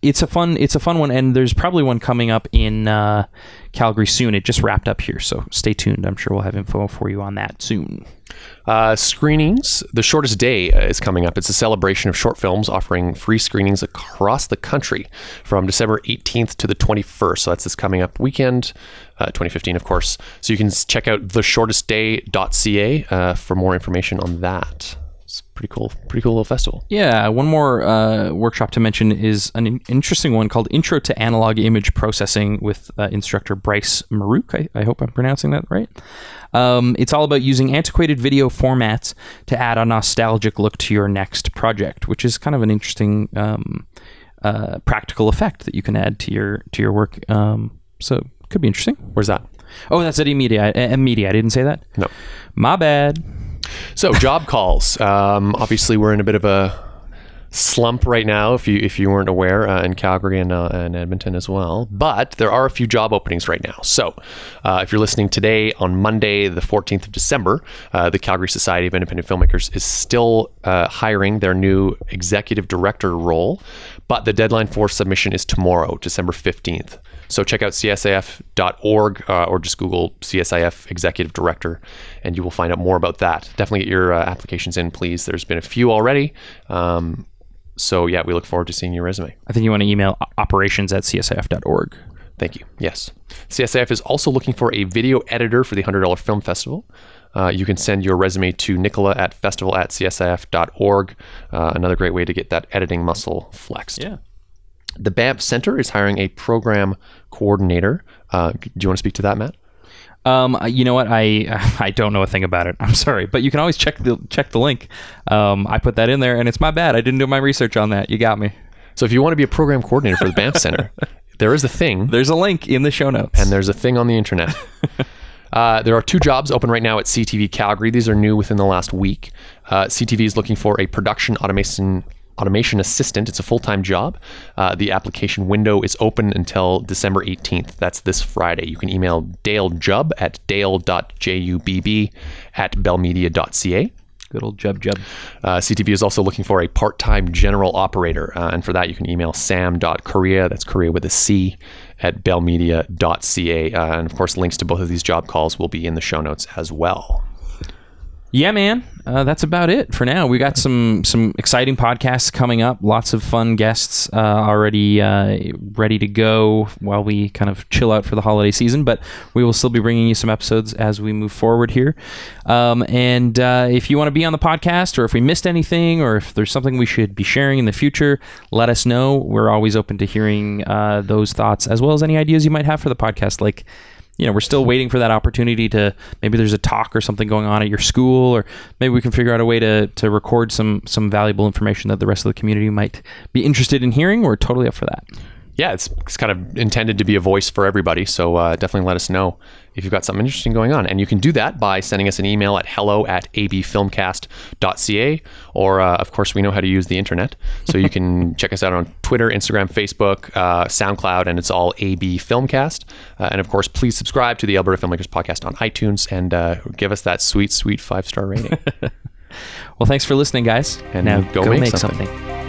it's a fun it's a fun one, and there's probably one coming up in uh, Calgary soon. It just wrapped up here, so stay tuned. I'm sure we'll have info for you on that soon. Uh, screenings. The shortest day uh, is coming up. It's a celebration of short films, offering free screenings across the country from December 18th to the 21st. So that's this coming up weekend, uh, 2015, of course. So you can s- check out theshortestday.ca uh, for more information on that. It's pretty cool. Pretty cool little festival. Yeah, one more uh, workshop to mention is an in- interesting one called Intro to Analog Image Processing with uh, instructor Bryce Maruk. I, I hope I'm pronouncing that right. Um, it's all about using antiquated video formats to add a nostalgic look to your next project, which is kind of an interesting um, uh, practical effect that you can add to your to your work. Um, so could be interesting. Where's that? Oh, that's at media. Uh, media. I didn't say that. No. My bad. So job calls. Um, obviously, we're in a bit of a slump right now. If you if you weren't aware, uh, in Calgary and, uh, and Edmonton as well. But there are a few job openings right now. So uh, if you're listening today on Monday, the 14th of December, uh, the Calgary Society of Independent Filmmakers is still uh, hiring their new executive director role, but the deadline for submission is tomorrow, December 15th. So check out csif.org uh, or just Google CSIF Executive Director, and you will find out more about that. Definitely get your uh, applications in, please. There's been a few already. Um, so yeah, we look forward to seeing your resume. I think you want to email operations at csif.org. Thank you. Yes. CSIF is also looking for a video editor for the $100 Film Festival. Uh, you can send your resume to Nicola at festival at csif.org. Uh, another great way to get that editing muscle flexed. Yeah. The BAMP Center is hiring a program coordinator. Uh, do you want to speak to that, Matt? Um, uh, you know what? I I don't know a thing about it. I'm sorry, but you can always check the check the link. Um, I put that in there, and it's my bad. I didn't do my research on that. You got me. So if you want to be a program coordinator for the Banff Center, there is a thing, There's a link in the show notes. and there's a thing on the internet. Uh, there are two jobs open right now at CTV Calgary. These are new within the last week. Uh, CTV is looking for a production automation automation assistant. It's a full time job. Uh, the application window is open until December 18th. That's this Friday. You can email Dale Jubb at dale.jubb at bellmedia.ca. good old Jub Jub. Uh, CTV is also looking for a part time general operator. Uh, and for that, you can email sam.korea, that's Korea with a C, at bellmedia.ca. Uh, and of course, links to both of these job calls will be in the show notes as well. Yeah, man. Uh, that's about it for now. We got some some exciting podcasts coming up. Lots of fun guests uh, already uh, ready to go while we kind of chill out for the holiday season. But we will still be bringing you some episodes as we move forward here. Um, and uh, if you want to be on the podcast, or if we missed anything, or if there's something we should be sharing in the future, let us know. We're always open to hearing uh, those thoughts as well as any ideas you might have for the podcast, like you know, we're still waiting for that opportunity to maybe there's a talk or something going on at your school, or maybe we can figure out a way to, to record some some valuable information that the rest of the community might be interested in hearing. We're totally up for that. Yeah, it's, it's kind of intended to be a voice for everybody. So uh, definitely let us know if you've got something interesting going on. And you can do that by sending us an email at hello at abfilmcast.ca. Or, uh, of course, we know how to use the internet. So you can check us out on Twitter, Instagram, Facebook, uh, SoundCloud, and it's all AB Filmcast. Uh, and, of course, please subscribe to the Alberta Filmmakers Podcast on iTunes and uh, give us that sweet, sweet five star rating. Well, thanks for listening, guys. And go make something. something.